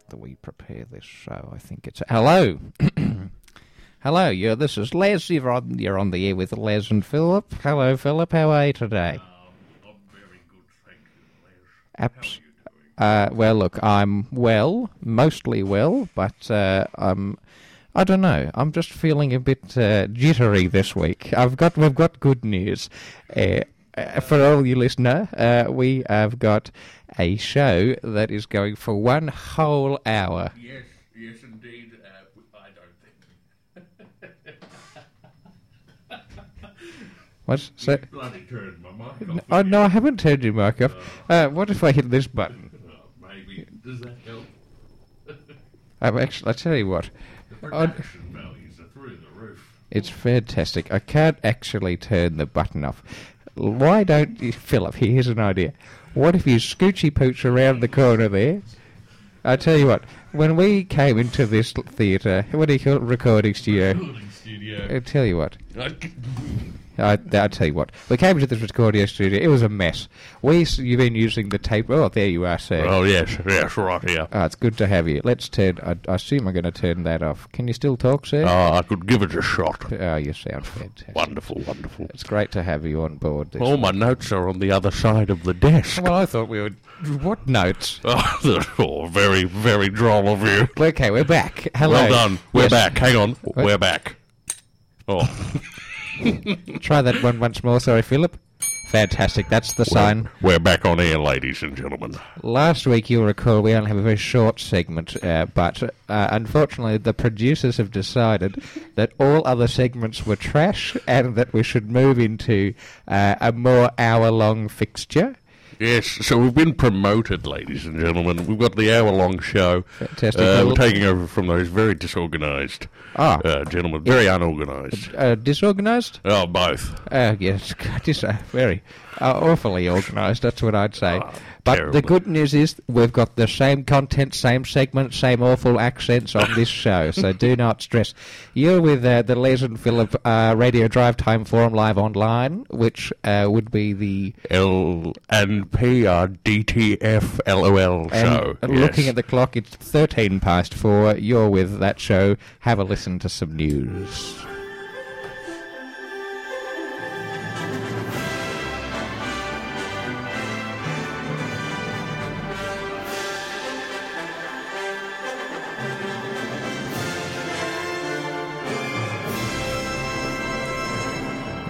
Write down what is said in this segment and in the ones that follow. after we prepare this show. I think it's hello, hello. you this is Les. You're on. You're on the air with Les and Philip. Hello, Philip. How are you today? Abs- uh, well, look, I'm well, mostly well, but uh, I'm. I don't know. I'm just feeling a bit uh, jittery this week. I've got we've got good news uh, uh, for all you listener. Uh, we have got a show that is going for one whole hour. Yes, yes, indeed. Uh, w- I don't think. What's so? You bloody turned my mic off. Oh again. no, I haven't turned you, Mark off. Uh, what if I hit this button? Oh, maybe. Does that help? I'm actually. I tell you what. The Oh, production values are through the roof. It's fantastic. I can't actually turn the button off. Why don't you, Philip? Here's an idea. What if you scoochy pooch around the corner there? I tell you what. When we came into this theatre, what do you call it, recording studio? Recording studio. I tell you what. I I, I tell you what. We came into this recording studio. It was a mess. We s- you've been using the tape. Oh, there you are, sir. oh yes, yes, right here. Ah, it's good to have you. Let's turn. I, I assume I'm going to turn that off. Can you still talk, sir? Oh, I could give it a shot. Oh, you sound fantastic. Wonderful, wonderful. It's great to have you on board. This All my notes are on the other side of the desk. Well, I thought we would. What notes? Oh, that's all very, very droll of you. Okay, we're back. Hello. Well done. We're Yes, back. Hang on. We're back. Oh, Try that one once more. Sorry, Philip. Fantastic. That's the sign. we're back on air, ladies and gentlemen. Last week, you'll recall, we only have a very short segment, uh, but uh, unfortunately, the producers have decided that all other segments were trash and that we should move into uh, a more hour long fixture. Yes, so we've been promoted, ladies and gentlemen. We've got the hour-long show. Fantastic. Uh, Well- we're taking over from those very disorganised Ah. uh, gentlemen, very unorganised. Uh, disorganized? Oh, both. Uh, yes, God, it's uh, very uh, awfully organised. That's what I'd say. Ah, but terrible. the good news is we've got the same content, same segment, same awful accents on this show. So do not stress. You're with uh, the Les and Philip uh, Radio Drive Time Forum live online, which uh, would be the L and P R D T F L O L show. and um, looking yes. at the clock, it's thirteen past four. You're with that show. Have a listen to some news.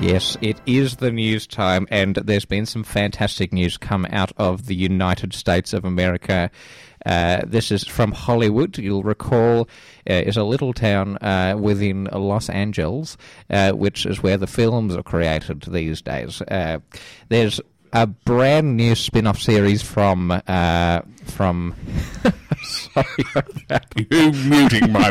Yes, it is the news time, and there's been some fantastic news come out of the United States of America. Uh, this is from Hollywood. You'll recall uh, is a little town uh, within Los Angeles, uh, which is where the films are created these days. Uh, there's a brand new spin-off series from uh, from. Sorry about that. you muting my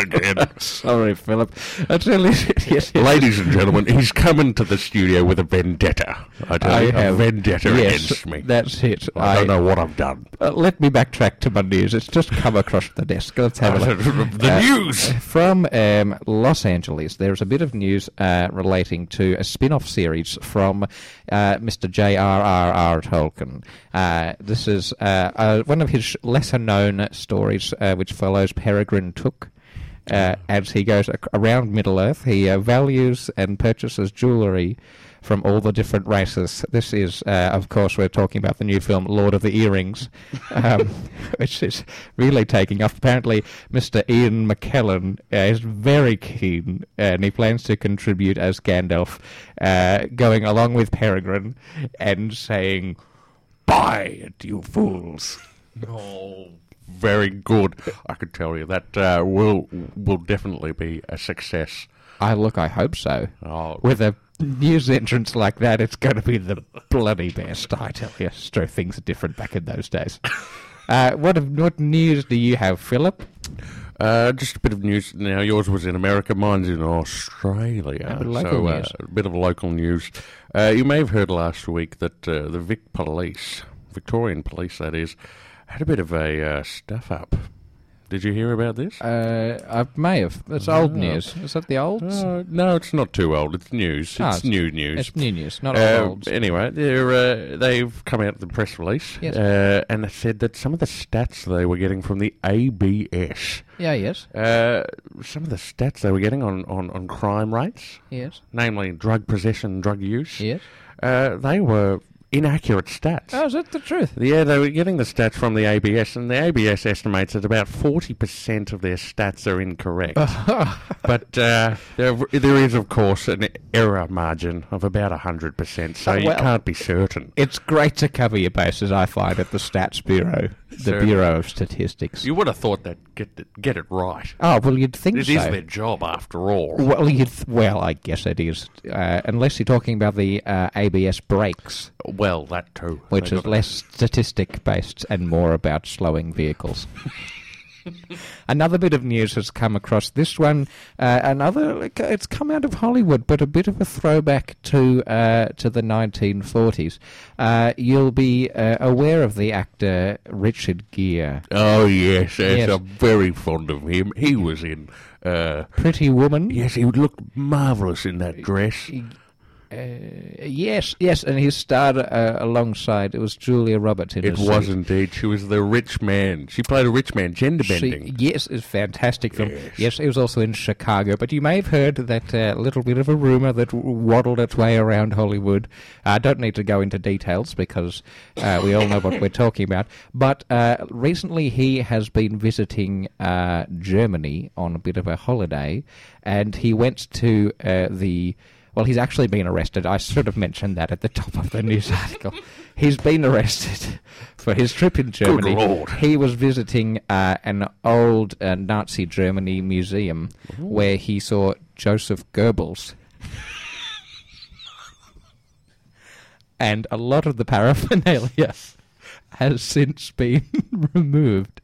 again. Sorry, Philip. I tell you, yes, yes. Ladies and gentlemen, he's coming to the studio with a vendetta. I tell I you, have a vendetta yes, against me. That's it. I, don't know what I've done. Uh, let me backtrack to my news. It's just come across the desk. Let's have a look. the Uh, news. From um, Los Angeles, there's a bit of news uh, relating to a spin off series from uh, Mr. J.R.R.R. Tolkien. Uh, this is uh, uh, one of his lesser known stories, uh, which follows Peregrine Took. Uh, as he goes ac- around Middle Earth, he uh, values and purchases jewelry from all the different races. This is, uh, of course, we're talking about the new film Lord of the Earrings, um, which is really taking off. Apparently, Mr. Ian McKellen uh, is very keen uh, and he plans to contribute as Gandalf, uh, going along with Peregrine and saying, Buy it, you fools. Oh, very good. I could tell you that uh, will will definitely be a success. I look, I hope so. Oh, With a news entrance like that, it's going to be the bloody best. I tell you, so things are different back in those days. Uh, what what news do you have, Philip? Uh, just a bit of news. Now, yours was in America, mine's in Australia. bit of local so, news. Uh, a bit of local news. Uh, you may have heard last week that uh, the Vic Police, Victorian Police, that is, had a bit of a uh, stuff up. Did you hear about this? Uh, I may have. It's old Oh. news. Is that the old? Uh, no, it's not too old. It's news. Ah, it's, it's- new news. It's new news, not Uh, old. anyway, they're, uh, they've come out with the press release Yes. uh, and they said that some of the stats they were getting from the ABS, Yeah, yes, uh, some of the stats they were getting on, on, on crime rates, yes, namely drug possession, drug use, yes. uh, they were inaccurate stats. Oh, is that the truth? Yeah, they were getting the stats from the ABS, and the ABS estimates that about 40% of their stats are incorrect. but uh, there, there is, of course, an error margin of about 100%, so Oh, you well. can't be certain. It's great to cover your bases, I find, at the Stats Bureau, the Certainly. Bureau of Statistics. You would have thought they'd get it, get it right. oh, well, you'd think It is so. their job, after all. Well, you'd th- well, I guess it is, uh, unless you're talking about the uh, ABS brakes, Well, that too. which They is got- less statistic based and more about slowing vehicles. Another bit of news has come across this one. Uh, another, it's come out of Hollywood, but a bit of a throwback to uh, to the 1940s. Uh, you'll be uh, aware of the actor Richard Gere, Oh, yes, yes, Yes. I'm very fond of him. He was in. Uh, Pretty Woman. yes, he looked marvellous in that dress. Yes, yes, and he starred uh, alongside. It was Julia Roberts in It a suit. was indeed. She was the rich man. She played a rich man, gender She, bending. yes, it's fantastic film. Yes. Yes. it was also in Chicago. But you may have heard that uh, little bit of a rumor that w- waddled its way around Hollywood. I don't need to go into details because uh, we all know what we're talking about. But uh, recently he has been visiting uh, Germany on a bit of a holiday, and he went to uh, the. Well, he's actually been arrested. I should have mentioned that at the top of the news article. He's been arrested for his trip in Germany. Lord. He was visiting uh, an old uh, Nazi Germany museum where he saw Joseph Goebbels. and a lot of the paraphernalia has since been removed.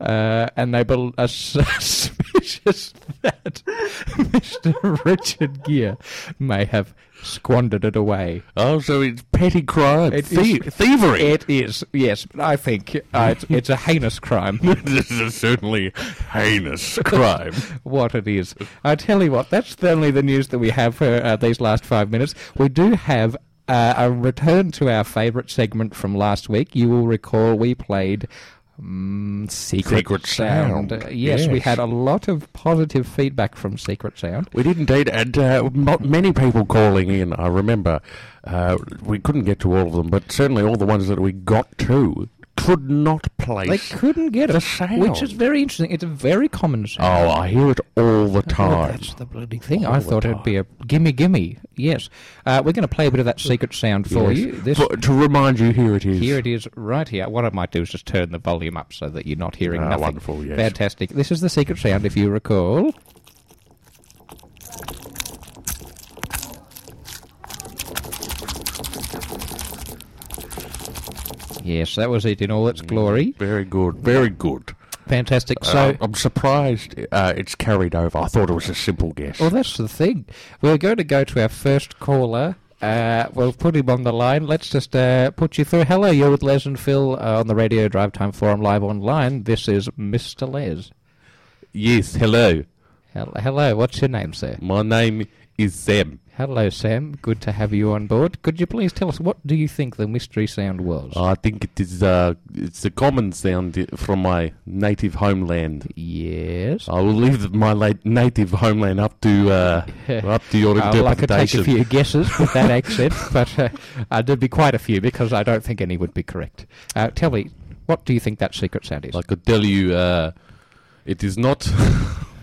Uh, and they bel- are suspicious that Mr. Richard Gere may have squandered it away. Oh, so it's petty crime, It Thie- is- thievery. It is, yes, but I think uh, it's, it's a heinous crime. this is certainly heinous crime. what it is. I tell you what, that's the only the news that we have for uh, these last five minutes. We do have uh, a return to our favourite segment from last week. You will recall we played. mm Secret, Secret Sound. Uh, Yes, we Yes. had a lot of positive feedback from Secret Sound. We did indeed, and uh, mo- many people calling in. I remember uh, we couldn't get to all of them, but certainly all the ones that we got to could not They place. couldn't get The it, which is sound. very interesting. It's a very common sound. oh, I hear it all the Well, time. That's the bloody thing. All I the thought it'd be a gimme gimme. Yes, uh, we're going to play a bit of that secret sound for Yes. you. This For- to remind you, here it is. Here it is, right here. What I might do is just turn the volume up so that you're not hearing Ah, nothing. wonderful, yes. Fantastic. This is the secret sound, if you recall. Yes, that was it in all its Mm. glory. Very good. Very good. Fantastic. So, Um, So I'm surprised uh, it's carried over. I thought it was a simple guess. well, that's the thing. We're going to go to our first caller. Uh, we'll put him on the line. Let's just uh, put you through. Hello, you're with Les and Phil uh, on the Radio Drive Time Forum live online. This is Mr. Les. Yes, hello. Hel- Hello, what's your name, sir? My name is Sam. Hello, Sam. Good to have you on board. Could you please tell us what do you think the mystery sound was? I think it is uh, it's a common sound from my native homeland. yes. uh, I will leave my late native homeland up to uh, up to your Uh, well, I could take interpretation. a few guesses with that accent, but uh, uh, there'd be quite a few because I don't think any would be correct. Uh, tell me, what do you think that secret sound is? I could tell you, uh, it is not.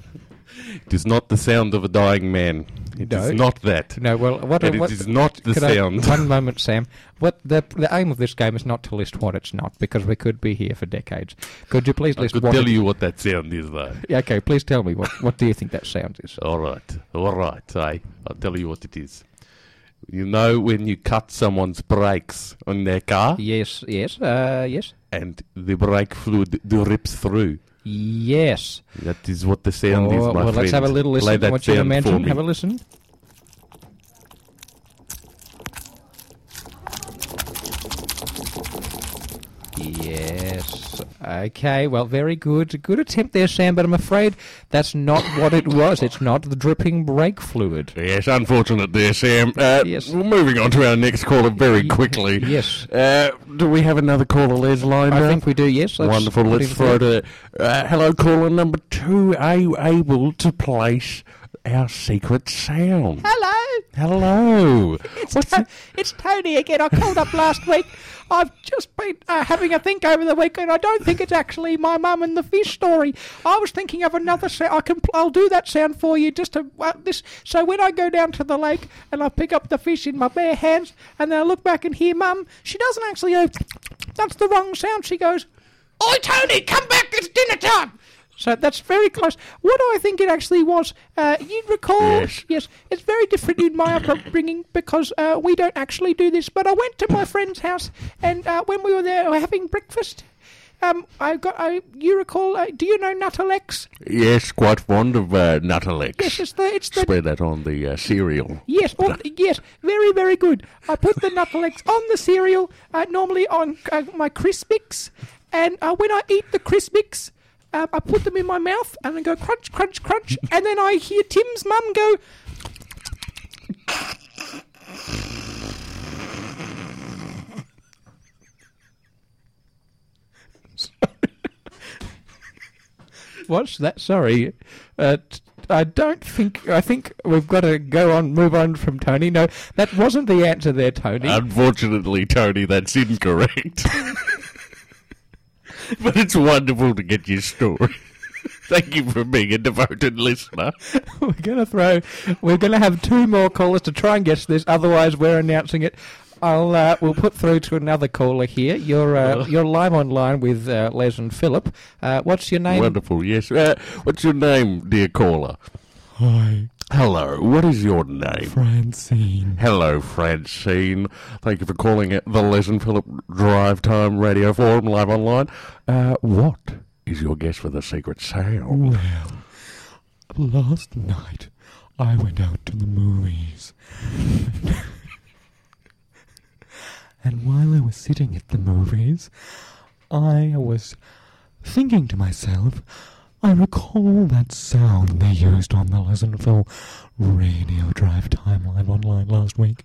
it is not the sound of a dying man. It is No. not that. no, well, what? and what it is not the could I- sound. one moment, Sam. What the the aim of this game is not to list what it's not because we could be here for decades. Could you please I list could what? tell it- you what that sound is, though. Yeah, Okay, please tell me what what do you think that sound is? All right, all right. I I'll tell you what it is. You know when you cut someone's brakes on their car Yes, yes, uh, yes, and the brake fluid d- rips through. yes. That is what the sound is, Oh, well, my friend. let's have a little Play listen to that what you sound for mentioned. me. Have a listen. Yes, Yes. Okay. Well, very good. Good attempt there, Sam. But I'm afraid that's not what it was. It's not the dripping brake fluid. Yes, unfortunate there, Sam. Uh, Yes. We're moving on to our next caller very quickly. yes. Uh, do we have another caller, Les Line? I now? think we do. Yes. Let's Wonderful. put Let's him throw through. to. Uh, hello, caller number two. Are you able to place our secret sound? Hello. Hello. It's, to- it's Tony again. I called up last week. I've just been uh, having a think over the weekend. I don't think it's actually my mum and the fish story. I was thinking of another sound. I can, pl- I'll do that sound for you just to uh, this. So when I go down to the lake and I pick up the fish in my bare hands, and then I look back and hear mum, she doesn't actually go. That's the wrong sound. She goes, "Oi, Tony, come back! It's dinner time." So that's very close. What I think it actually was, uh, you recall? Yes. Yes, it's very different in my upbringing because uh, we don't actually do this. But I went to my friend's house, and uh, when we were there we were having breakfast, um, I got. I, you recall? Uh, do you know Nutalex? Yes, quite fond of uh, Nuttalex. Yes, it's the it's the Spread that on the uh, cereal. Yes, oh, yes, very, very good. I put the Nuttalex on the cereal, uh, normally on uh, my Crispix, and uh, when I eat the Crispix, um, I put them in my mouth and I go crunch, crunch, crunch, and then I hear Tim's mum go. What's that? Sorry. Uh, t- I don't think. I think we've got to go on, move on from Tony. No, that wasn't the answer there, Tony. Um, Unfortunately, Tony, that's incorrect. but it's wonderful to get your story. Thank you for being a devoted listener. we're going to throw. We're going to have two more callers to try and guess this. Otherwise, we're announcing it. I'll uh, we'll put through to another caller here. You're uh, you're live online with uh, Les and Philip. Uh, what's your name? Wonderful, yes. Uh, what's your name, dear caller? Hi, Hello, what is your name? Francine. Hello, Francine. Thank you for calling it the Les and Philip Drive Time Radio Forum live online. Uh, what is your guess for the secret sound? Well, Oh, last night I went out to the movies. and while I was sitting at the movies, I was thinking to myself, I recall that sound they used on the Pleasantville Radio Drive Time Live Online last week,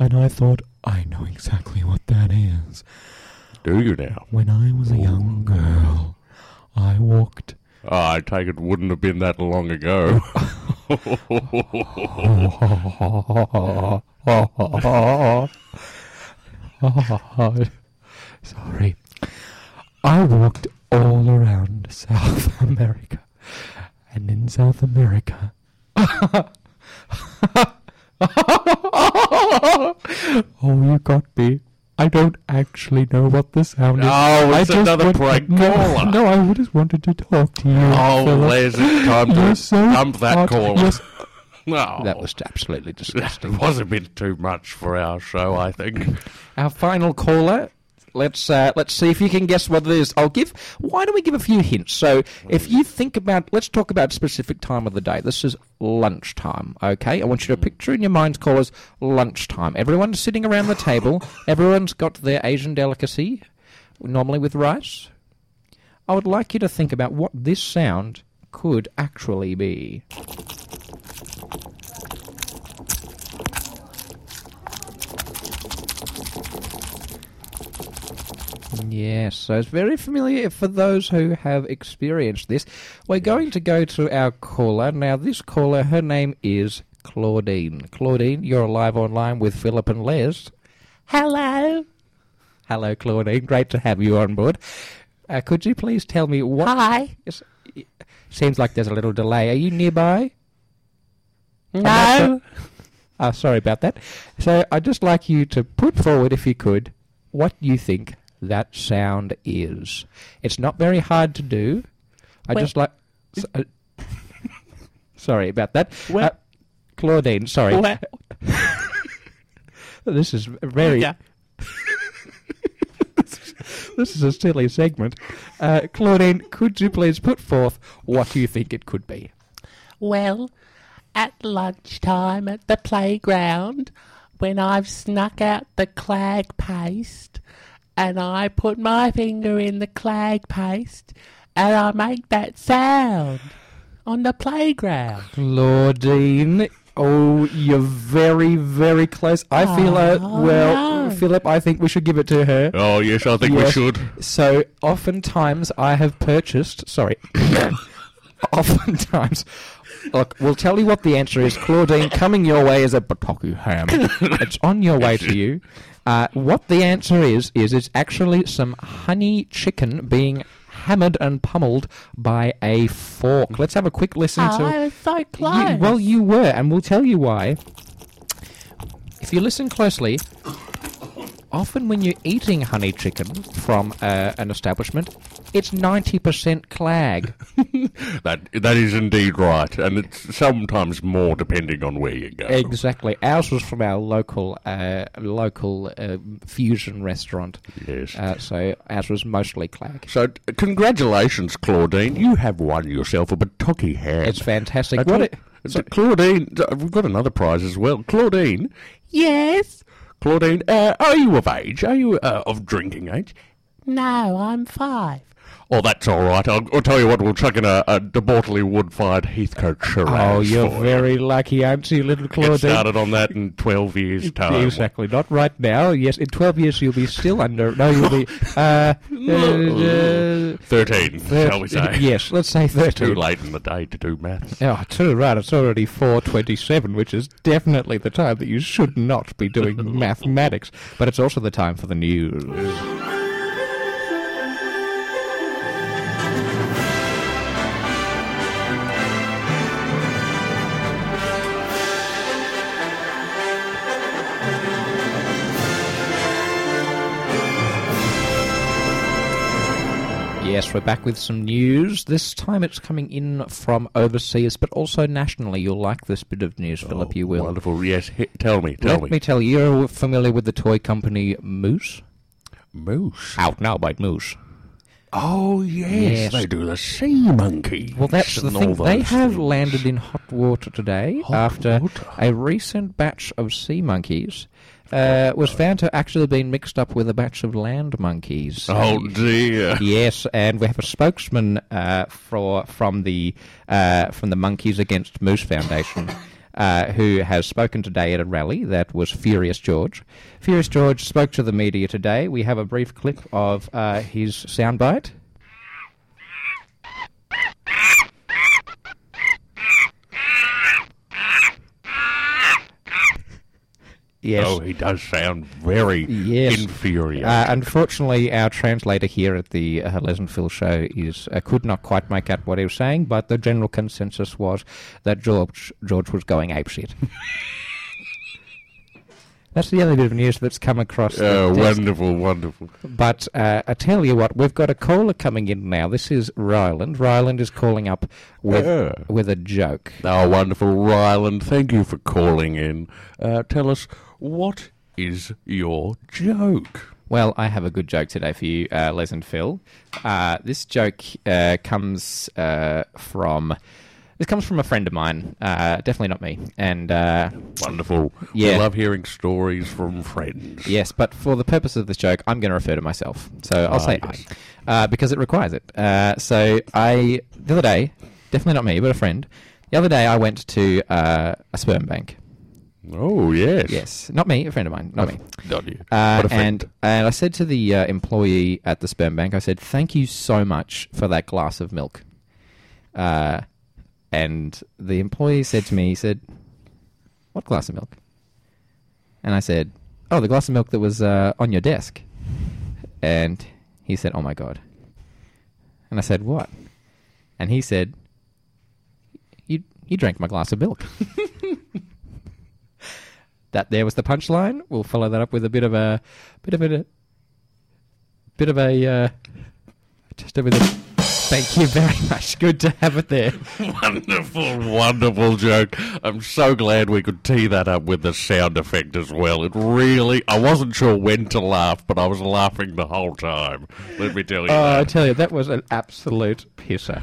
and I thought, I know exactly what that is. Do you now? When I was a young girl, I walked Ah, I take it wouldn't have been that long ago. Oh, Sorry. I walked all around South America. And in South America. oh, you got me. I don't actually know what the sound is. Oh, I it's just another want- prank no, caller. No, I just wanted to talk to you. oh, Philip. Les, it's time to You're so dump that hot. caller. You're so No, Oh. That was absolutely disgusting. It was a bit too much for our show, I think. Our final caller. Let's uh, let's see if you can guess what it is. I'll give. Why don't we give a few hints? So if you think about, let's talk about specific time of the day. This is lunchtime. Okay, I want you to picture in your minds, callers, lunchtime. Everyone's sitting around the table. Everyone's got their Asian delicacy, normally with rice. I would like you to think about what this sound could actually be. Yes, so it's very familiar for those who have experienced this. We're going to go to our caller. Now, this caller, her name is Claudine. Claudine, you're live online with Philip and Les. Hello. Hello, Claudine. Great to have you on board. Uh, could you please tell me what. Hi. Seems like there's a little delay. Are you nearby? No. Oh, sorry about that. So I'd just like you to put forward, if you could, what you think that sound is. It's not very hard to do. I just like. s- uh, sorry about that. Uh, Claudine, sorry. Oh, this is very. this is a silly segment. Uh, Claudine, could you please put forth what you think it could be? Well, at lunchtime at the playground, when I've snuck out the clag paste and I put my finger in the clag paste and I make that sound on the playground. Claudine. Oh, you're very, very close. I feel uh, Oh, well, no. Philip. I think we should give it to her. Oh, yes, I think Yes. we should. So, oftentimes I have purchased. Sorry. oftentimes, look, we'll tell you what the answer is. Claudine, coming your way is a batoku ham. it's on your way to you. Uh, what the answer is is it's actually some honey chicken being hammered and pummeled by a fork. Let's have a quick listen Oh, to. I was so close. You, well, you were, and we'll tell you why. If you listen closely, often when you're eating honey chicken from uh, an establishment, it's 90% clag. That that is indeed right, and it's sometimes more depending on where you go. exactly. Ours was from our local uh, local uh, fusion restaurant, Yes. uh, so ours was mostly clag. so t- congratulations, Claudine. You have won yourself a Batoki hat. It's fantastic. That's What all- it- so Claudine, uh, we've got another prize as well. Claudine, yes. Claudine, uh, are you of age? Are you uh, of drinking age? No, I'm five. Oh, that's all right. I'll, I'll tell you what, we'll chuck in a, a de Bortley wood-fired Heathcote Shiraz. oh, you're for you. very lucky, aren't you, little Get Claudine? started on that in 12 years' time. Exactly. Not right now. Yes, in 12 years you'll be still under. No, you'll be. Uh, uh, 13, uh, shall we say. Yes, let's say Too 13. late in the day to do maths. Oh, too right. It's already 4.27, which is definitely the time that you should not be doing mathematics. But it's also the time for the news. Yes, we're back with some news. This time it's coming in from overseas, but also nationally. You'll like this bit of news, Philip. You will. Oh, Wonderful. Yes, he- tell me, tell Let me tell you, you're familiar with the toy company Moose? Moose. Out now by Moose. Oh, Yes. yes, They do the sea monkey. Well, that's the thing. They have Oh, landed in hot water today after a recent batch of sea monkeys uh, was found to have actually been mixed up with a batch of land monkeys. Oh, dear. Yes, and we have a spokesman uh, for from the uh, from the Monkeys Against Moose Foundation. Uh, who has spoken today at a rally that was Furious George? Furious George spoke to the media today. We have a brief clip of uh, his soundbite. Yes. Oh, he does sound very Yes. infuriated. Uh, unfortunately, our translator here at the uh, Les and Phil show is uh, could not quite make out what he was saying, but the general consensus was that George George was going apeshit. That's the only bit of news that's come across. the oh, desk. wonderful, wonderful. But uh, I tell you what, we've got a caller coming in now. This is Ryland. Ryland is calling up with Yeah. with a joke. Ah, Oh, wonderful, Ryland. Thank you for calling in. Uh, tell us, what is your joke? Well, I have a good joke today for you, uh, Les and Phil. Uh, this joke uh, comes uh, from this comes from a friend of mine, uh, definitely not me. And uh, Wonderful. We Yeah. love hearing stories from friends. yes, but for the purpose of this joke, I'm going to refer to myself. So I'll Ah, say yes. I uh, because it requires it. Uh, so I the other day, definitely not me, but a friend. The other day, I went to uh, a sperm bank. Oh, yes. Yes, not me, a friend of mine, not me. Not you. Uh, What a and friend. and I said to the uh, employee at the sperm bank, I said, "Thank you so much for that glass of milk." Uh, and the employee said to me, he said, "What glass of milk?" And I said, "Oh, the glass of milk that was uh, on your desk." And he said, "Oh my god." And I said, "What?" And he said, "You you drank my glass of milk." that there was the punchline. We'll follow that up with a bit of a bit of a bit of a uh, just a bit of Thank you very much. Good to have it there. wonderful, wonderful joke. I'm so glad we could tee that up with the sound effect as well. It really, I wasn't sure when to laugh, but I was laughing the whole time. Let me tell you. Uh, Oh, I that. tell you, that was an absolute pisser.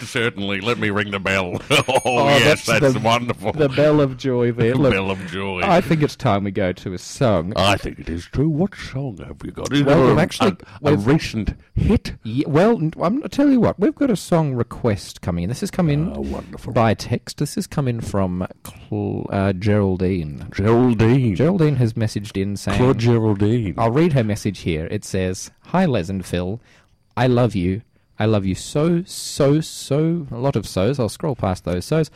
Certainly. Let me ring the bell. oh, Oh, yes, that's, that's the- wonderful. The bell of joy there. The Look, bell of joy. Uh, I think it's time we go to a song. I think it is true. What song have you got? Is Well, there we've a, actually- a, a we've- recent hit? Ye- well, n- I'm going to tell you what. We've got a song request coming in. This is coming Oh, wonderful. by text. This is coming from Cl- uh, Geraldine. Geraldine. Geraldine has messaged in saying, Claude Geraldine. I'll read her message here. It says, Hi, Les and Phil. I love you. I love you so, so, so, a lot of so's. I'll scroll past those so's.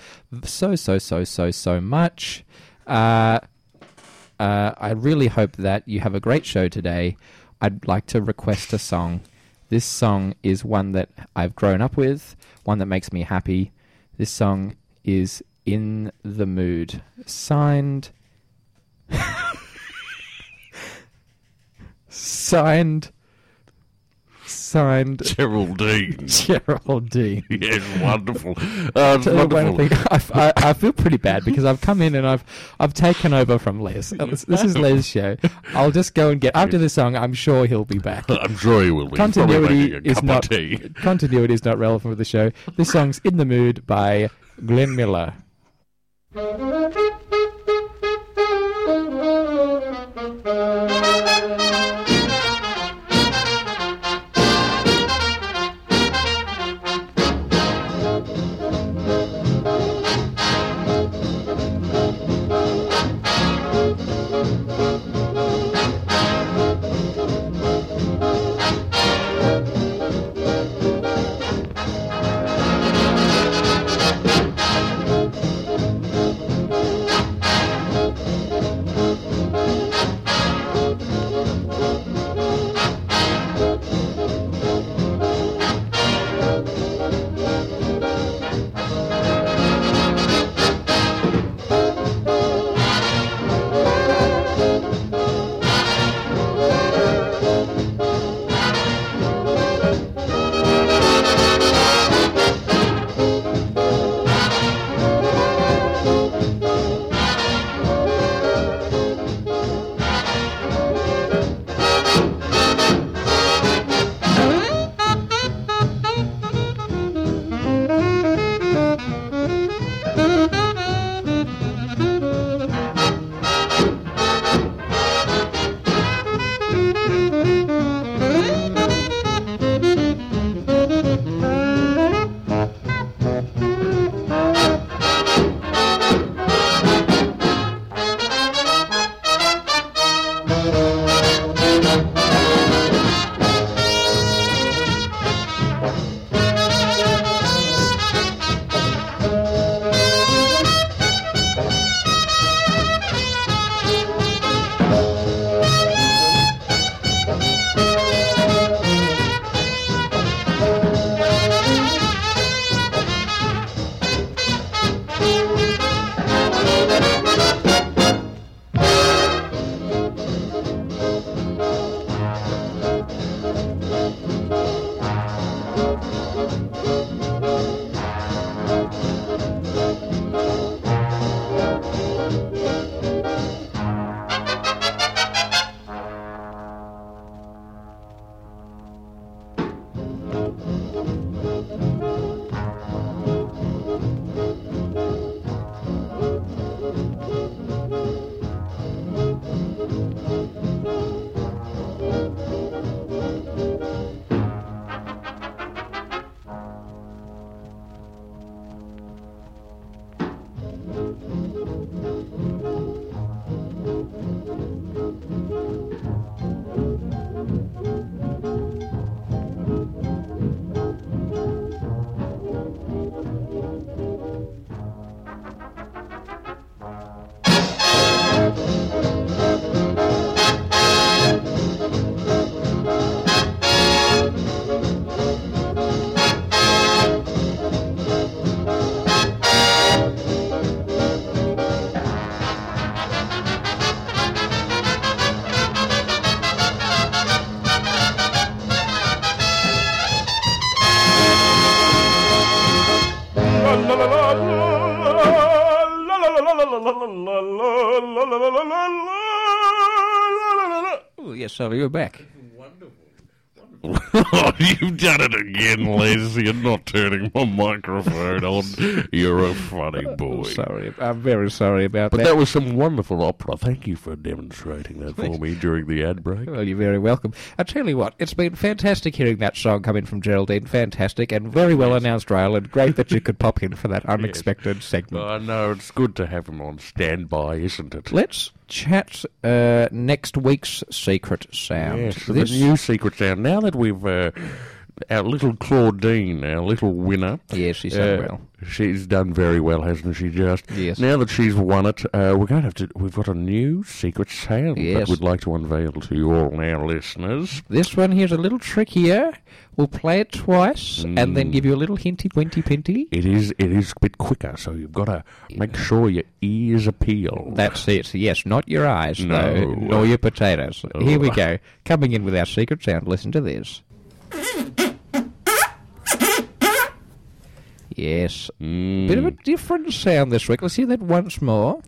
So, so, so, so, so much. Uh, uh, I really hope that you have a great show today. I'd like to request a song. This song is one that I've grown up with, one that makes me happy. This song is In the Mood. Signed. signed. Signed. Geraldine. Geraldine. yes, wonderful. Uh, So one wonderful. thing, I, I, I feel pretty bad because I've come in and I've I've taken over from Les. This is Les' show. I'll just go and get after the song. I'm sure he'll be back. I'm sure he will be. He's probably Continuity making a is cup not of tea. continuity is not relevant with the show. This song's "In the Mood" by Glenn Miller. Oh, yes, sir, you're back. oh, you've done it again, Les. You're not turning my microphone on. You're a Uh, funny boy. Sorry, I'm very sorry about But that. that was some wonderful opera. Thank you for demonstrating that for me during the ad break. Well, you're very welcome. I tell you what, it's been fantastic hearing that song come in from Geraldine. Fantastic and very well announced, Ryland. Great that you could pop in for that unexpected segment. I know uh, it's good to have him on standby, isn't it? Let's chat uh, next week's secret sound. Yes, the This- new secret sound. Now that we've uh, our little Claudine, our little winner. Yeah, she's done uh, well. She's done very well, hasn't she? Just Yes. Now that she's won it, uh, we're going to have to. We've got a new secret sound Yes. that we'd like to unveil to you all now, listeners. This one here's a little trickier. We'll play it twice and then give you a little hinty, winty, pinty. It is. It is a bit quicker, so you've got to make sure your ears are peeled. That's it. Yes, not your eyes, though, No. nor your potatoes. Here we go. Coming in with our secret sound. Listen to this. Yes. Mm. Bit of a different sound this week. Let's hear that once more.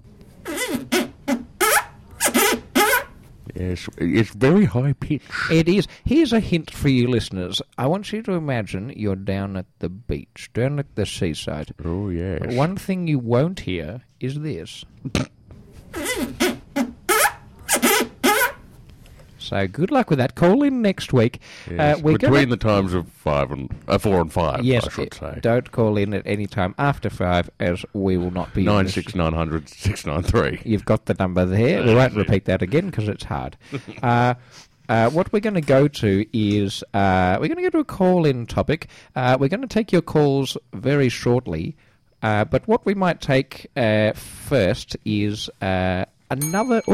Yes, it's very high pitch. It is. Here's a hint for you listeners. I want you to imagine you're down at the beach, down at the seaside. Oh yes. One thing you won't hear is this. so good luck with that. Call in next week. Yes, Uh, we're between gonna- the times of five and uh, four and five. yes, I should say. don't call in at any time after five, as we will not be. in Nine this- six nine hundred six nine three. You've got the number there. We won't repeat that again because it's hard. Uh, uh, what we're going to go to is uh, we're going to go to a call in topic. Uh, we're going to take your calls very shortly. Uh, but what we might take uh, first is uh, another.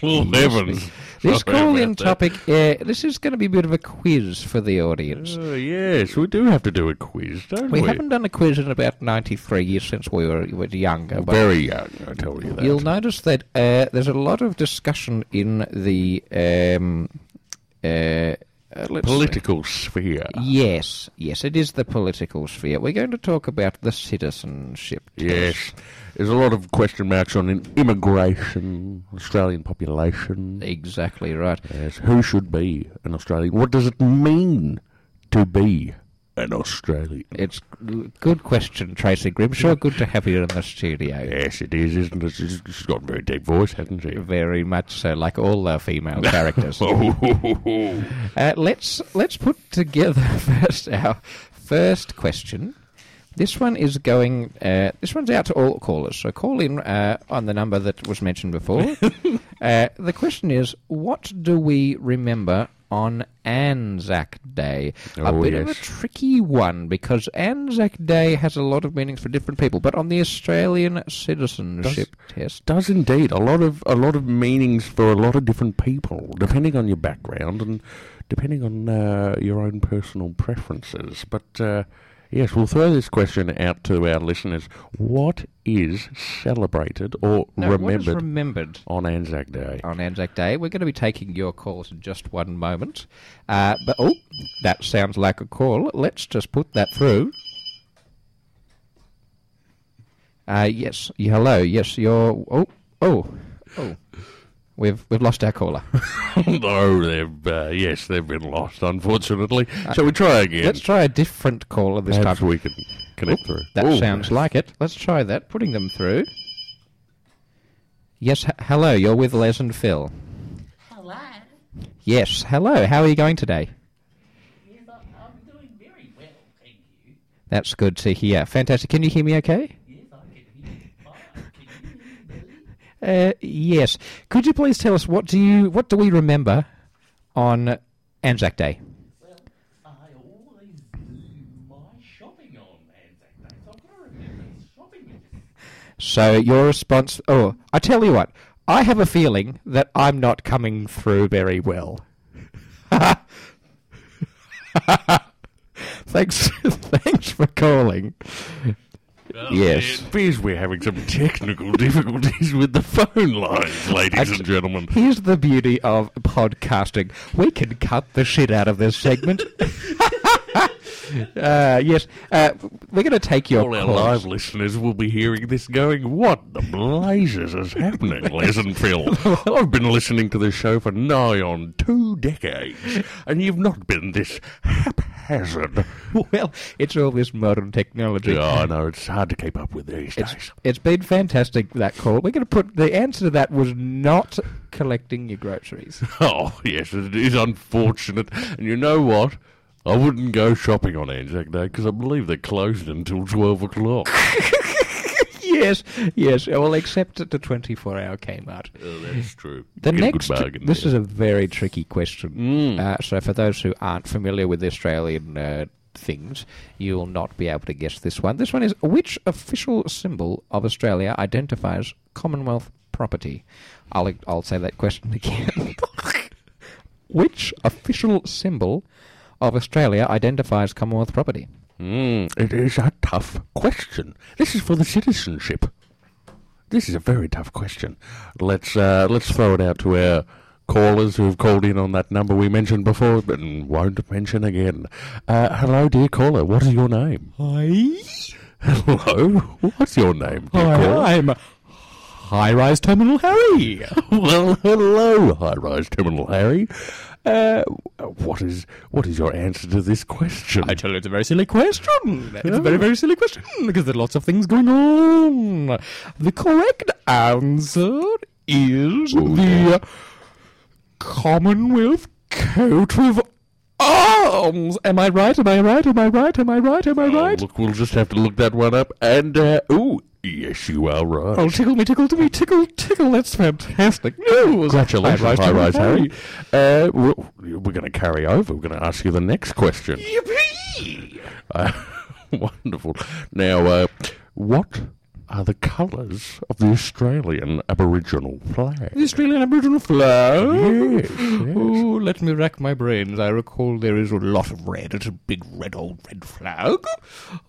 Oh, Oh, heavens. This Sorry call in about that. topic, uh, this is going to be a bit of a quiz for the audience. Oh, yes, we do have to do a quiz, don't we? We haven't done a quiz in about 93 years since we were, were younger. but- Very young, I tell you that. You'll notice that uh, there's a lot of discussion in the um, uh, uh, let's Political sphere. Yes, yes, it is the political sphere. We're going to talk about the citizenship. test. Yes. There's a lot of question marks on in- immigration, Australian population. exactly right. Yes. Who should be an Australian? What does it mean to be an Australian? It's g- good question, Tracy Grimshaw. Good to have you in the studio. Yes, it is, isn't it? She's she's got a very deep voice, hasn't she? Very much so, like all our female characters. Oh, Uh, let's let's put together first our first question. This one is going. Uh, this one's out to all callers. So call in uh, on the number that was mentioned before. uh, the question is, what do we remember on Anzac Day? a Oh, bit of a yes. tricky one because Anzac Day has a lot of meanings for different people. But on the Australian citizenship test, does indeed a lot of a lot of meanings for a lot of different people, depending on your background and depending on uh, your own personal preferences. But uh, yes, we'll throw this question out to our listeners: What is celebrated or no, what is remembered remembered? on Anzac Day? on Anzac Day. We're going to be taking your calls in just one moment. Uh, but oh, that sounds like a call. Let's just put that through. Uh, yes, y- hello. Yes, you're. Oh, oh, oh. We've we've lost our caller. no, they've uh, yes, they've been lost, unfortunately. so we try again. Uh, Let's try a different caller this Perhaps time. we can connect through. That Ooh. sounds like it. Let's try that. Putting them through. Yes, h- hello. You're with Les and Phil. Hello. Yes, hello. How are you going today? Yes, I, I'm doing very well, thank you. That's good to hear. Fantastic. Can you hear me okay? Yes, I can hear you fine. Can you hear me, Billy? Uh, yes. Could you please tell us what do you what do we remember on Anzac Day? Well, I always do my shopping on Anzac Day, so I've got to remember shopping list. So your response. Oh, I tell you what. I have a feeling that I'm not coming through very well. thanks, thanks for calling. yes. It appears we're having some technical difficulties with the phone lines, ladies and gentlemen. Here's the beauty of podcasting. We can cut the shit out of this segment. Uh, yes, uh, we're going to take your All our calls. live listeners will be hearing this going, What the blazes is happening, Lesenfield? I've been listening to this show for nigh on two decades, and you've not been this haphazard. Well, it's all this modern technology. Yeah, I know, it's hard to keep up with these It's, days. it's been fantastic that call. We're going to put the answer to that was not collecting your groceries. Oh, yes, it is unfortunate. And you know what? I wouldn't go shopping on Anzac Day because I believe they're closed until 12 o'clock. yes, yes. Well, except at the twenty-four hour Kmart. oh, that's true. The Get a next, good bargain this there. Mm. is a very tricky question. Uh, so, for those who aren't familiar with the Australian uh, things, you will not be able to guess this one. This one is which official symbol of Australia identifies Commonwealth property? I'll I'll say that question again. which official symbol of Australia identifies Commonwealth property? Mm, it is a tough question. This is for the citizenship. This is a very tough question. Let's uh, let's throw it out to our callers who have called in on that number we mentioned before and won't mention again. Uh, hello, dear caller. What is your name? Hi. Hello. What's your name, dear caller? Hi, I'm High Rise Terminal Harry. Well, hello, high rise terminal Harry. Uh, what is what is your answer to this question? I tell you, it's a very silly question. It's a very, very silly question because there are lots of things going on. The correct answer is the Commonwealth Coat of Arms. Am I right? Am I right? Am I right? Am I right? Am I Oh, right? look, we'll just have to look that one up. And uh, ooh, yes, you are right. Oh, tickle me, tickle to me, tickle, tickle. That's fantastic news. Congratulations, High rise, High Rise Harry. Harry. Uh, we're we're going to carry over. We're going to ask you the next question. Yippee! Uh, wonderful. Now, uh, what are the colours of the Australian Aboriginal flag? The Australian Aboriginal flag. Yes, yes. Oh, let me rack my brains. I recall there is a lot of red. It's a big red old red flag.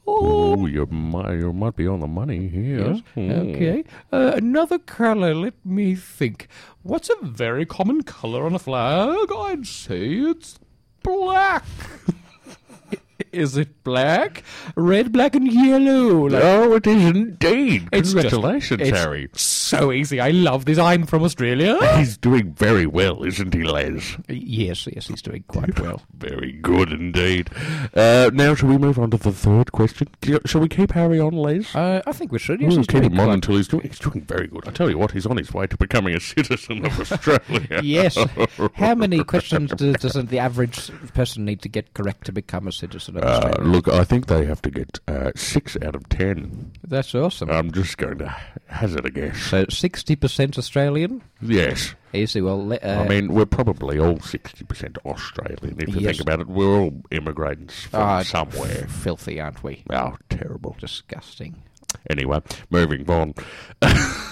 Oh, Ooh, you might, you might be on the money here. Hmm. okay. Uh, another colour. Let me think. What's a very common colour on a flag? I'd say it's black. Is it black? Red, black, and yellow. Like, Oh, it is indeed. It's just- Congratulations, it's- Harry. so easy. I love this. I'm from Australia. He's doing very well, isn't he, Les? Yes, yes, he's doing quite well. Very good indeed. Uh, now, shall we move on to the third question? Do- Shall we keep Harry on, Les? Uh, I think we should. Yes, Well, he's keep doing him on quite until he's doing. He's doing very good. I tell you what, he's on his way to becoming a citizen of Australia. Yes. How many questions do, does the average person need to get correct to become a citizen of Uh, Australia? look, I think they have to get uh, six out of ten. That's awesome. I'm just going to hazard a guess. so sixty percent Australian. Yes, Easy. Well, le- uh, I mean we're probably all sixty percent Australian. If you Yes. think about it, we're all immigrants from ah, somewhere. filthy, aren't we? Oh, terrible. Disgusting. Anyway, moving on.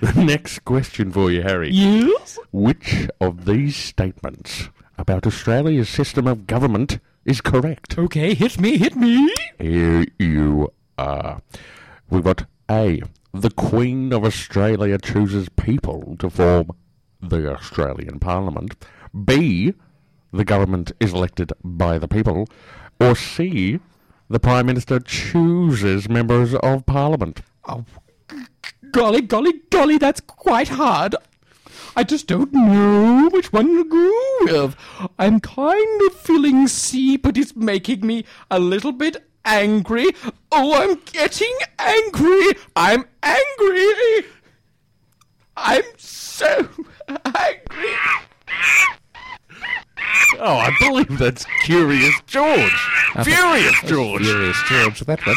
the next question for you, Harry. Yes. Which of these statements about Australia's system of government is correct? Okay, hit me, hit me. Here you are. We've got A. The Queen of Australia chooses people to form the Australian Parliament. B. The government is elected by the people. Or C. The Prime Minister chooses members of Parliament. Oh, Golly, golly, golly, that's quite hard. I just don't know which one to go with. I'm kind of feeling C, but it's making me a little bit angry. Oh, I'm getting angry. I'm angry. I'm so angry. Oh, I believe that's Curious George. Furious George. Furious George, that one.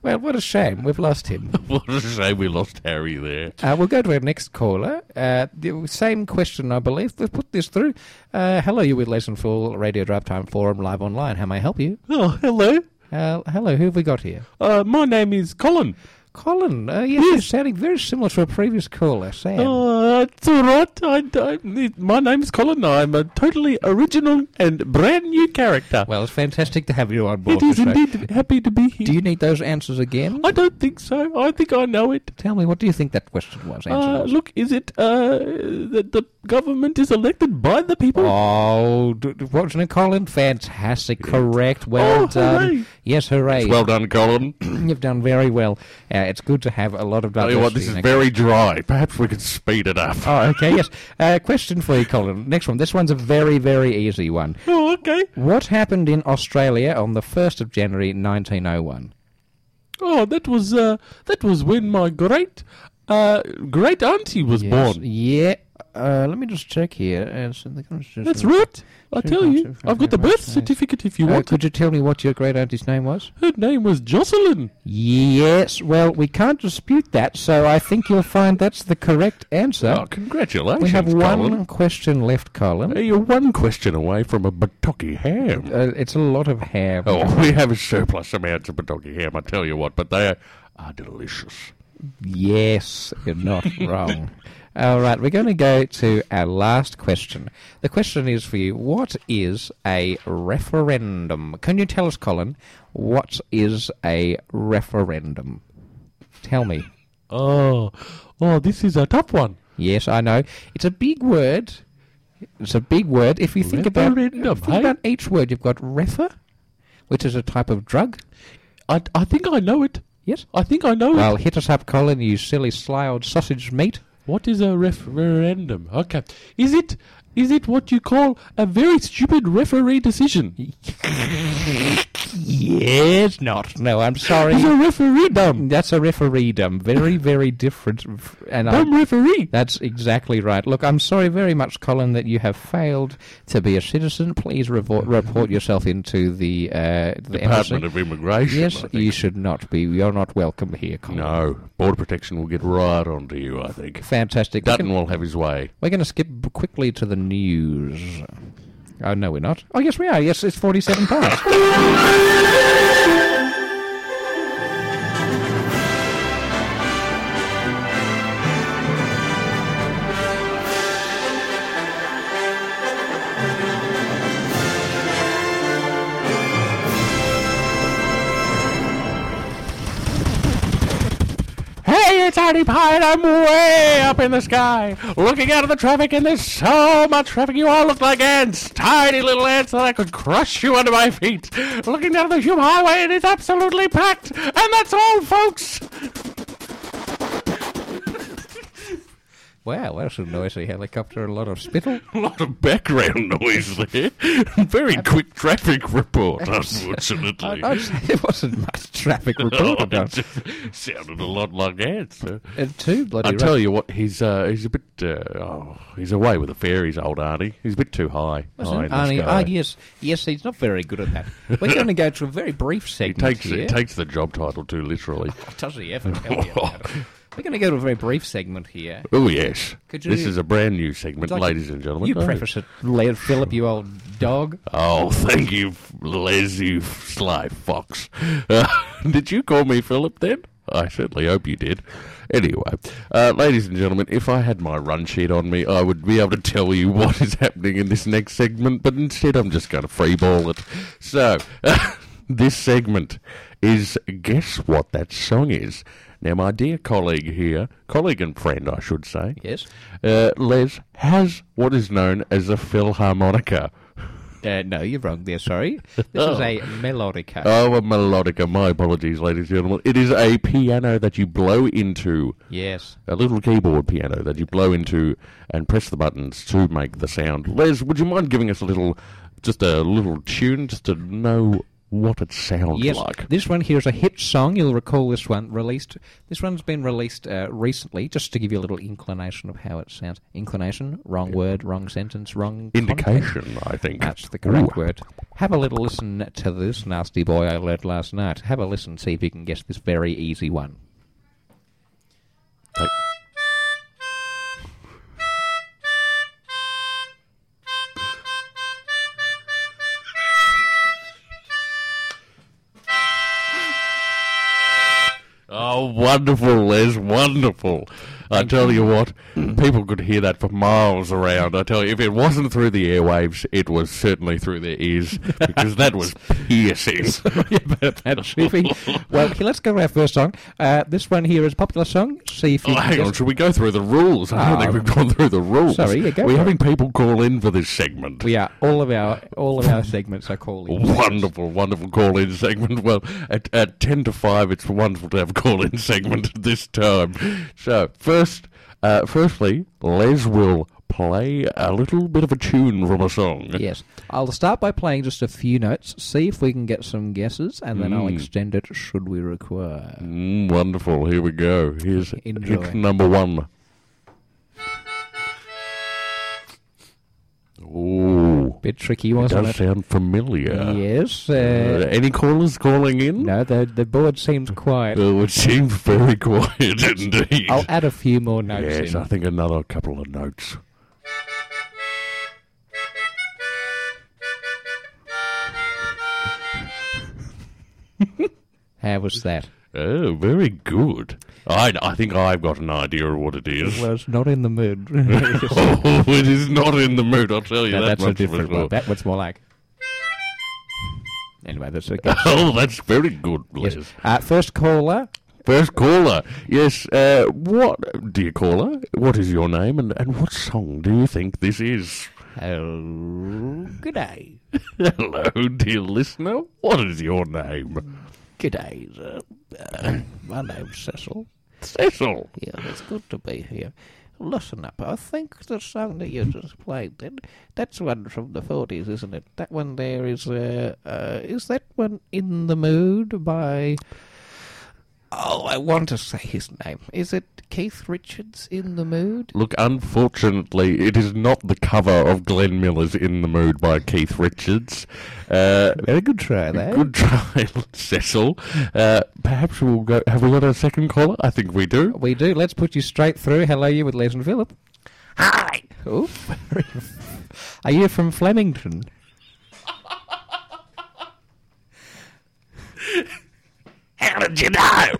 Well, what a shame. We've lost him. What a shame we lost Harry there. Uh, we'll go to our next caller. Uh, the same question, I believe. We've put this through. Uh, hello, you with Lesson Full Radio Drive Time Forum live online. How may I help you? Oh, hello. Uh, hello, who have we got here? Uh, my name is Colin. Colin. Uh, yes, you're sounding very similar to a previous caller, Sam. Uh, it's all right. I, I, my name's Colin. I'm a totally original and brand new character. Well, it's fantastic to have you on board. it is the show. indeed happy to be here. Do you need those answers again? I don't think so. I think I know it. Tell me, what do you think that question was? Answer Uh, was? look, is it uh, the, the government is elected by the people. Oh, d- d- what you Colin? Fantastic. Correct. Well Oh, done. hooray. Yes, hooray. Well done, Colin. You've done very well. Uh, it's good to have a lot of Tell diversity. you what, this is in a- very dry. Perhaps we could speed it up. Oh, okay, yes. Uh, question for you, Colin. Next one. This one's a very, very easy one. Oh, okay. What happened in Australia on the 1st of January 1901? Oh, that was uh, that was when my great uh, great auntie was Yes. born. Yeah. Uh, let me just check here. Uh, so the constitution- That's right. I tell you, I've got the birth certificate if you Uh, want. could you tell me what your great auntie's name was? Her name was Jocelyn. Yes, well, we can't dispute that, so I think you'll find that's the correct answer. Oh, congratulations, we have Colin. one question left, Colin. Hey, you're one question away from a Batoki ham. Uh, it's a lot of ham. Oh, we have a surplus amount of Batoki ham, I tell you what, but they are, are delicious. Yes, you're not wrong. All right, we're going to go to our last question. The question is for you What is a referendum? Can you tell us, Colin, what is a referendum? Tell me. Oh, oh, this is a tough one. Yes, I know. It's a big word. It's a big word. If you think about, Referendum, think hey? about each word, you've got refer, which is a type of drug. I, I think I know it. Yes. I think I know Well, it. hit us up, Colin, you silly sly old sausage meat. What is a referendum? Okay, is it is it what you call a very stupid referee decision? Yes, not. No, I'm sorry. Is a referee dumb? That's a refereedom. Very, very different. And I, Dumb referee. that's exactly right. Look, I'm sorry very much, Colin, that you have failed to be a citizen. Please revo- report yourself into the uh, the Department embassy. of Immigration. Yes, I think. you should not be. You're not welcome here, Colin. No, border protection will get right onto you. I think Fantastic. We're Dutton gonna- will have his way. We're going to skip quickly to the news. Oh, no, we're not. Oh, yes, we are. Yes, it's 47 past. Hey, it's Andy Pine. I'm way up in the sky, looking out at the traffic, and there's so much traffic. You all look like ants, tiny little ants that I could crush you under my feet. Looking down the Hume Highway, and it's absolutely packed. And that's all, folks. wow, that's a noisy helicopter. A lot of spittle. A lot of background noise there. Very quick traffic report, unfortunately. I'd say there wasn't much traffic reported Oh, on. it just sounded a lot like ants. huh? Uh, too bloody I right. tell you what, he's uh, he's a bit uh, oh, he's away with the fairies, old Arnie. He's a bit too high. high in the Arnie, sky. ah, yes, yes, he's not very good at that. We're going to go to a very brief He segment. takes here. it takes the job title too literally. Does he ever tell you about it? We're going to go to a very brief segment here. Oh yes, Could this you- is a brand new segment, Would you like ladies and gentlemen. You Oh. preface it, Le- Philip, you old dog. Oh, thank you, Les, you sly fox. Uh, did you call me Philip then? I certainly hope you did. Anyway, uh, ladies and gentlemen, if I had my run sheet on me, I would be able to tell you what is happening in this next segment, but instead I'm just going to freeball it. So, this segment is Guess What That Song Is. Now, my dear colleague here, colleague and friend, I should say, Yes. uh, Les, has what is known as a Philharmonica. Uh, no, you're wrong there, sorry. This is a melodica. Oh, a melodica. My apologies, ladies and gentlemen. It is a piano that you blow into, Yes. a little keyboard piano that you blow into and press the buttons to make the sound. Les, would you mind giving us a little, just a little tune just to know what it sounds Yes, like? this one here is a hit song. You'll recall this one released. This one's been released uh, recently, just to give you a little inclination of how it sounds. Inclination, wrong word, wrong sentence, wrong context. Indication, I think. That's the correct Ooh. word. Have a little listen to this nasty boy I learned last night. Have a listen, see if you can guess this very easy one. Take- Oh, wonderful, Les, wonderful. I tell you what, people could hear that for miles around. I tell you, if it wasn't through the airwaves, it was certainly through their ears, because that was piercing. Yeah, but that's Well, okay, let's go to our first song. Uh, this one here is a popular song. see if you Oh, can hang on, just- should we go through the rules? I don't Oh. think we've gone through the rules. Sorry, yeah, go We're for having people call in for this segment. We are all of our all of our segments are calling. Wonderful, wonderful call-in segment. Well, at, at ten to five, it's wonderful to have a call-in segment at this time. So, first, uh, firstly, Les will play a little bit of a tune from a song. Yes, I'll start by playing just a few notes, see if we can get some guesses, and then Hmm. I'll extend it should we require. Mm, wonderful. Here we go. Here's Enjoy. hit number one. Oh, Bit tricky, it wasn't does it? sound familiar. Yes. Uh, Uh, any callers calling in? no, the the board seems quiet. Oh, it seems very quiet indeed. I'll add a few more notes. yes, Oh, in. I think another couple of notes. How was that? Oh, very good. I, I think I've got an idea of what it is. Well, it's not in the mood. oh, it is not in the mood, I'll tell you No, that that's much a for different sure. one. That one's more like. Anyway, that's okay. Oh, that's very good, Liz. yes. Uh, first caller. First caller. Yes, uh, what, dear caller, what is your name and, and what song do you think this is? Oh, good day. Hello, dear listener. What is your name? Good day, sir. Uh, my name's Cecil. Cecil. Yeah, it's good to be here. Listen up, I think the song that you just played, then, that's one from the 40s, isn't it? That one there is, uh, uh, is that one In the Mood by, oh, I want to say his name. Is it Keith Richards In the Mood? Look, unfortunately, it is not the cover of Glenn Miller's In the Mood by Keith Richards. Uh, Very good try there. Good try, Cecil. Uh, perhaps we'll go. Have we got our second caller? I think we do. We do. Let's put you straight through. Hello, you with Les and Philip. Hi! Oh, very. Are you from Flemington? How did you know?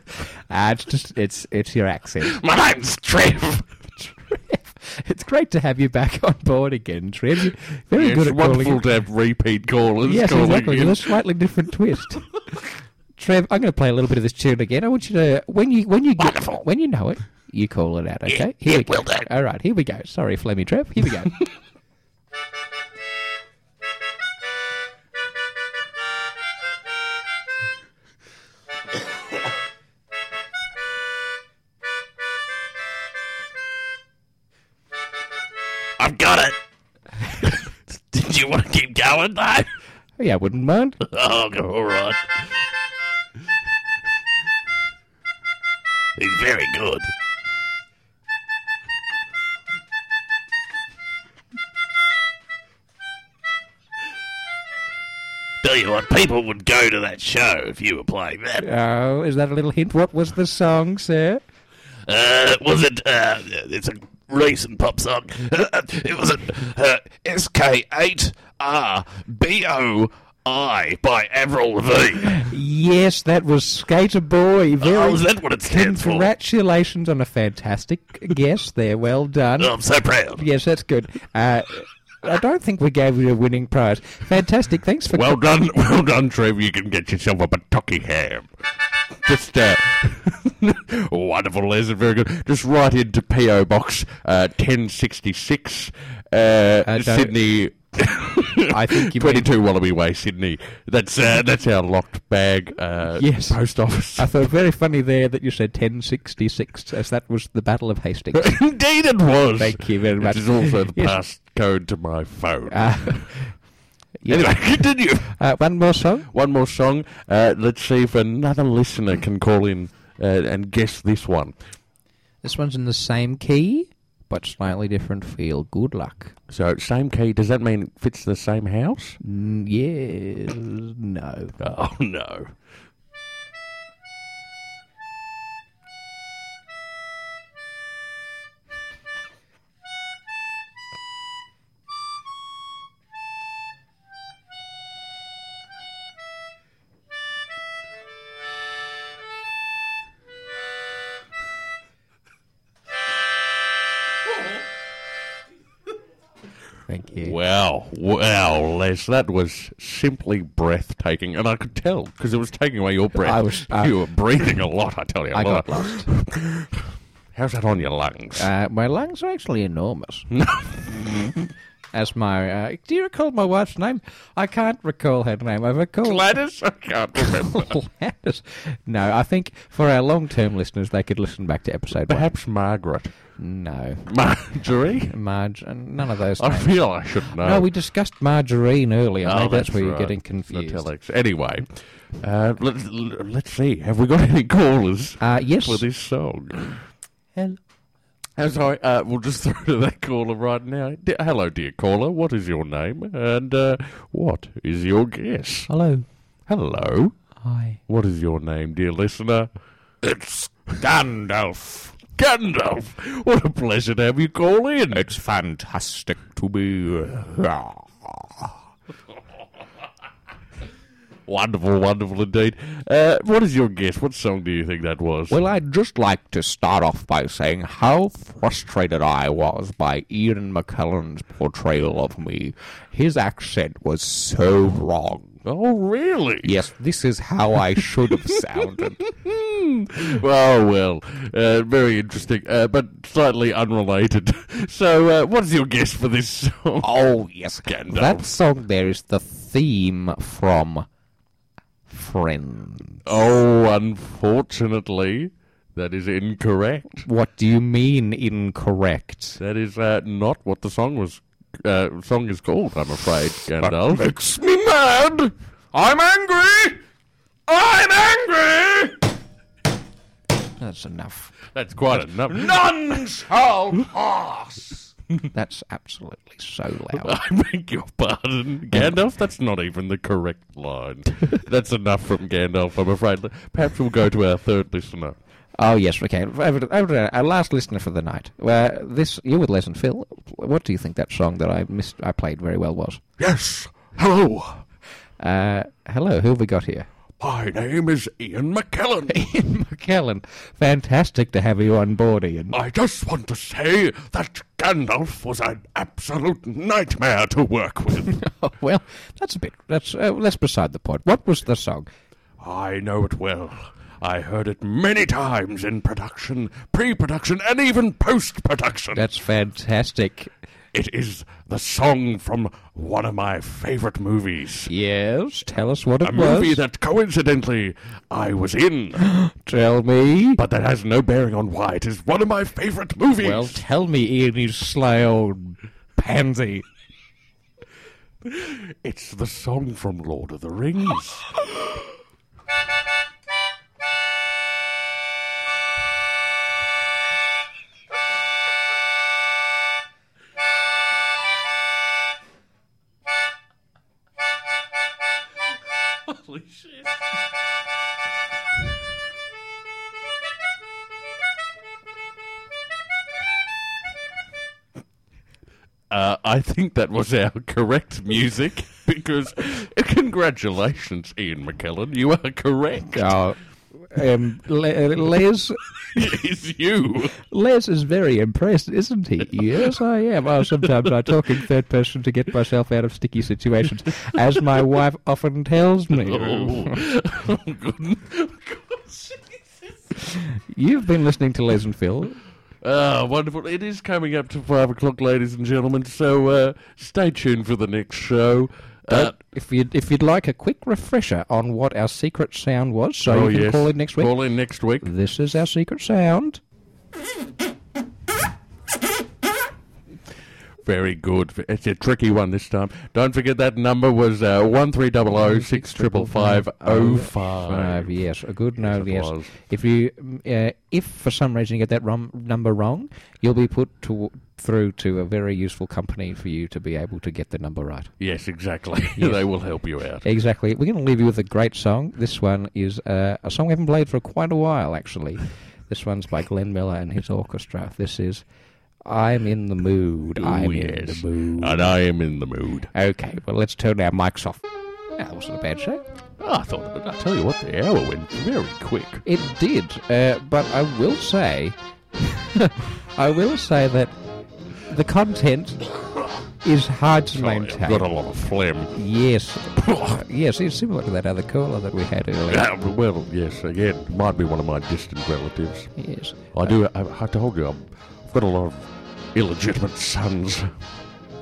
Ah, it's just it's it's your accent. My name's Trev. It's great to have you back on board again, Trev. You're Very Yes, good at wonderful calling. to have repeat callers. yes, calling exactly. in. With a slightly different twist. Trev, I'm going to play a little bit of this tune again. I want you to when you when you get, Wonderful. when you know it, you call it out. Okay. here we go. will do. All right. Here we go. Sorry, Flemmy Trev. Here we go. I've got it. Did you want to keep going though? yeah, I wouldn't mind. Oh, all right. He's very good. Tell you what, people would go to that show if you were playing that. Oh, is that a little hint? What was the song, sir? Uh, was it? Uh, it's a recent pop song. it was uh, SK8RBOI by Avril Lavigne. Yes, that was Skater Boy. Very Oh, is that what it stands for? Congratulations on a fantastic guess there. Well done. Oh, I'm so proud. Yes, that's good. Uh, I don't think we gave you a winning prize. Fantastic. Thanks for Well done, well done, Trev. You can get yourself a Batucky ham. Just uh, wonderful, Les. Very good. Just write into PO Box uh, ten sixty six, uh, don't- Sydney. I think you mean- twenty two Wallaby Way, Sydney. That's uh, that's our locked bag. Uh, Yes. post office. I thought very funny there that you said 1066, as that was the Battle of Hastings. Indeed, it was. Thank you very much. It is also the Yes. passcode to my phone. Uh, yes. anyway, continue. Uh, one more song. One more song. Uh, let's see if another listener can call in uh, and guess this one. This one's in the same key, but slightly different feel. Good luck. So same key. Does that mean it fits the same house? Mm, yes. No. Oh no. Thank you. Wow, wow, Les, that was simply breathtaking, and I could tell because it was taking away your breath. I was- I- you were breathing a lot. I tell you, I a lot. got lost. How's that on your lungs? Uh, my lungs are actually enormous. As my, uh, do you recall my wife's name? I can't recall her name. I recall Gladys? I can't remember. Gladys. No, I think for our long-term listeners, they could listen back to episode one. Perhaps Margaret. No, Marjorie? Marge, uh, none of those. I Names. feel I should know. No, we discussed margarine earlier. Oh, Maybe that's, that's where you're right. getting confused. Metallics. Anyway, uh, let's, let's see. Have we got any callers Uh, yes. for this song? Hello. I'm sorry. Uh, we'll just throw to that caller right now. D- Hello, dear caller. What is your name? And uh, what is your guess? Hello. Hello. Hi. What is your name, dear listener? It's Gandalf. Gandalf. What a pleasure to have you call in. It's fantastic to be here. wonderful, wonderful indeed. Uh, what is your guess? What song do you think that was? Well, I'd just like to start off by saying how frustrated I was by Ian McKellen's portrayal of me. His accent was so wrong. oh, really? Yes, this is how I should have sounded. Oh, well. Uh, very interesting, uh, but slightly unrelated. So, uh, what is your guess for this song? Oh, yes. Gandalf. That song there is the theme from Friends. Oh, unfortunately, that is incorrect. What do you mean incorrect? That is uh, not what the song was. Uh, song is called. I'm afraid, Gandalf. makes me mad. I'm angry. I'm angry. That's enough. That's quite enough. None shall pass. That's absolutely so loud. I beg your pardon, Gandalf. That's not even the correct line. That's enough from Gandalf. I'm afraid. Perhaps we'll go to our third listener. Oh yes, okay. Over to, over to our uh, last listener for the night. Where this you with Les and Phil. What do you think that song that I missed, I played very well was? Yes. Hello. Uh, hello, who have we got here? My name is Ian McKellen. Ian McKellen. Fantastic to have you on board, Ian. I just want to say that Gandalf was an absolute nightmare to work with. Oh, well, that's a bit. That's uh, that's beside the point. What was the song? I know it well. I heard it many times in production, pre production, and even post production. That's fantastic. It is the song from one of my favorite movies. Yes, tell us what it A was. movie that coincidentally I was in, tell me. but that has no bearing on why it is one of my favorite movies. Well, tell me, Ian, you sly old pansy. It's the song from Lord of the Rings. Uh, I think that was our correct music because congratulations, Ian McKellen, you are correct. Oh, um, Le- Les, It's you. Les is very impressed, isn't he? Yes, I am. Oh, sometimes I talk in third person to get myself out of sticky situations, as my wife often tells me. Oh. You've been listening to Les and Phil. Ah, wonderful. It is coming up to five o'clock, ladies and gentlemen. So uh, stay tuned for the next show. Uh, If you'd, if you'd like a quick refresher on what our secret sound was, so oh, you can yes. call in next week. Mm. Call in next week. This is our secret sound. Very good. It's a tricky one this time. Don't forget that number was uh, one three double o six triple five o Five, five. yes, a good Yes, no, it yes. was. If you, mm, uh, if for some reason you get that wrong, number wrong, you'll be put to, through to a very useful company for you to be able to get the number right. Yes, exactly. Yes. they will help you out. Exactly. We're going to leave you with a great song. This one is uh, a song we haven't played for quite a while, actually. This one's by Glenn Miller and his orchestra. This is "I'm in the mood." I'm in the mood. Oh, And I am in the mood. Okay, well, let's turn our mics off. That wasn't a bad show. Oh, I thought, but I tell you what, the hour went very quick. It did, uh, but I will say, I will say that the content is hard to Sorry, maintain. I've got a lot of phlegm. Yes. yes, it's similar to that other caller that we had earlier. Ah, well, yes, again, might be one of my distant relatives. yes. I do. I, I told you, I'm- I've got a lot of illegitimate sons.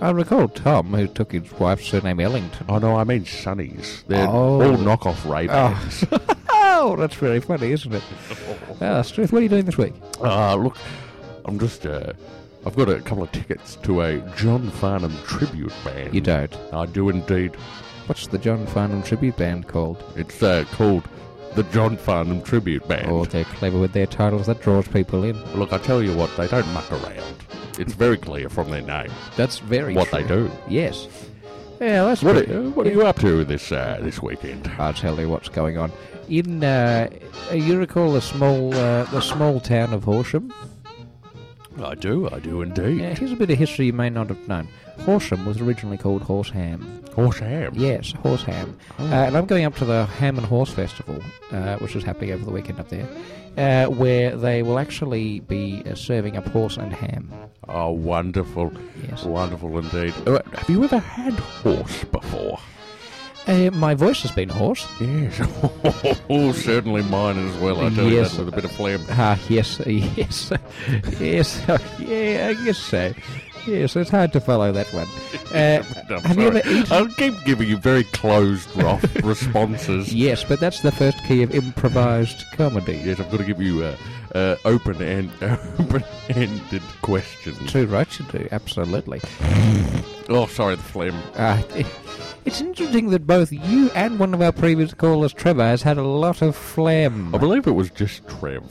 I recall Tom, who took his wife's surname Ellington. Oh no, I mean sonnies. They're Oh. all knockoff ray Oh, that's very funny, isn't it? Ah, Struth, what are you doing this week? Uh, look, I'm just. Uh, I've got a couple of tickets to a John Farnham tribute band. You don't. I do indeed. What's the John Farnham tribute band called? It's uh, called the John Farnham tribute band. Oh, they're clever with their titles. That draws people in. Look, I tell you what, they don't muck around. It's very clear from their name That's very what true. they do. Yes. Yeah, that's What pretty- are, what are you up to this uh, this weekend? I'll tell you what's going on. In uh, you recall the small uh, the small town of Horsham? I do, I do indeed. Yeah, here's a bit of history you may not have known. Horsham was originally called Horsham. Horse ham. Yes, Horsham. Oh. Uh, and I'm going up to the Ham and Horse Festival, uh, which is happening over the weekend up there, uh, where they will actually be uh, serving up horse and ham. Oh, wonderful. Yes. Wonderful indeed. Uh, have you ever had horse before? Uh, my voice has been hoarse. Yes. oh, certainly mine as well. I tell Yes. you that with a bit of phlegm. Ah, yes, yes, yes, oh, yeah, I guess so. Yes, it's hard to follow that one. Uh, I'm have you sorry. ever eaten? I keep giving you very closed, rough responses. Yes, but that's the first key of improvised comedy. Yes, I've got to give you uh, uh, open and open-ended questions. True right, you do absolutely. Oh, sorry, the phlegm. Uh, it's interesting that both you and one of our previous callers, Trevor, has had a lot of phlegm. I believe it was just Trev.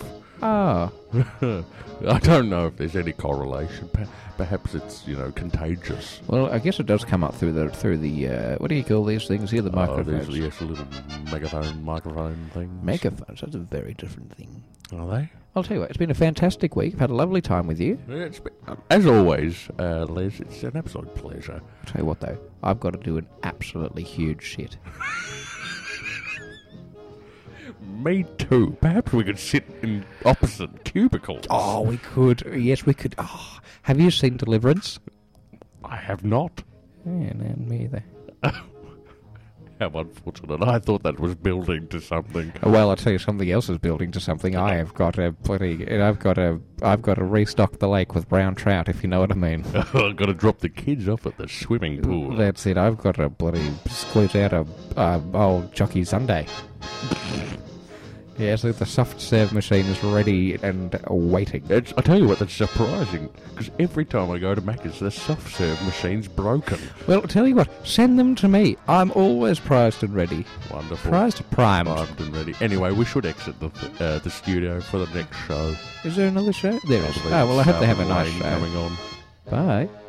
Ah, I don't know if there's any correlation. Per- Perhaps it's you know contagious. well, I guess it does come up through the through the uh, what do you call these things here? The Oh, there's, microphones. yes, a little megaphone, microphone thing. Megaphones. That's a very different thing. Are they? I'll tell you what. It's been a fantastic week. I've had a lovely time with you. It's been- as always, uh, Les, it's an absolute pleasure. Tell you what though, I've got to do an absolutely huge shit. Me too. Perhaps we could sit in opposite cubicles. Oh, we could. Yes, we could. Oh, have you seen Deliverance? I have not. Yeah, no, me either. How unfortunate. I thought that was building to something. Well, I'll tell you something else is building to something. I have got a plenty. and I've got a. I've got to restock the lake with brown trout, if you know what I mean. I've got to drop the kids off at the swimming pool. That's it. I've got to bloody squeeze out a uh, old jockey Sunday. Yes, the soft serve machine is ready and waiting. It's, I tell you what, that's surprising because every time I go to Macca's, the soft serve machine's broken. Well, tell you what, send them to me. I'm always prized and ready. Wonderful. Prized, primed. Primed and ready. Anyway, we should exit the uh, the studio for the next show. Is there another show? There is. Probably. Oh, Ah, well, I hope they have a Salmon nice Lane coming show. on. Bye.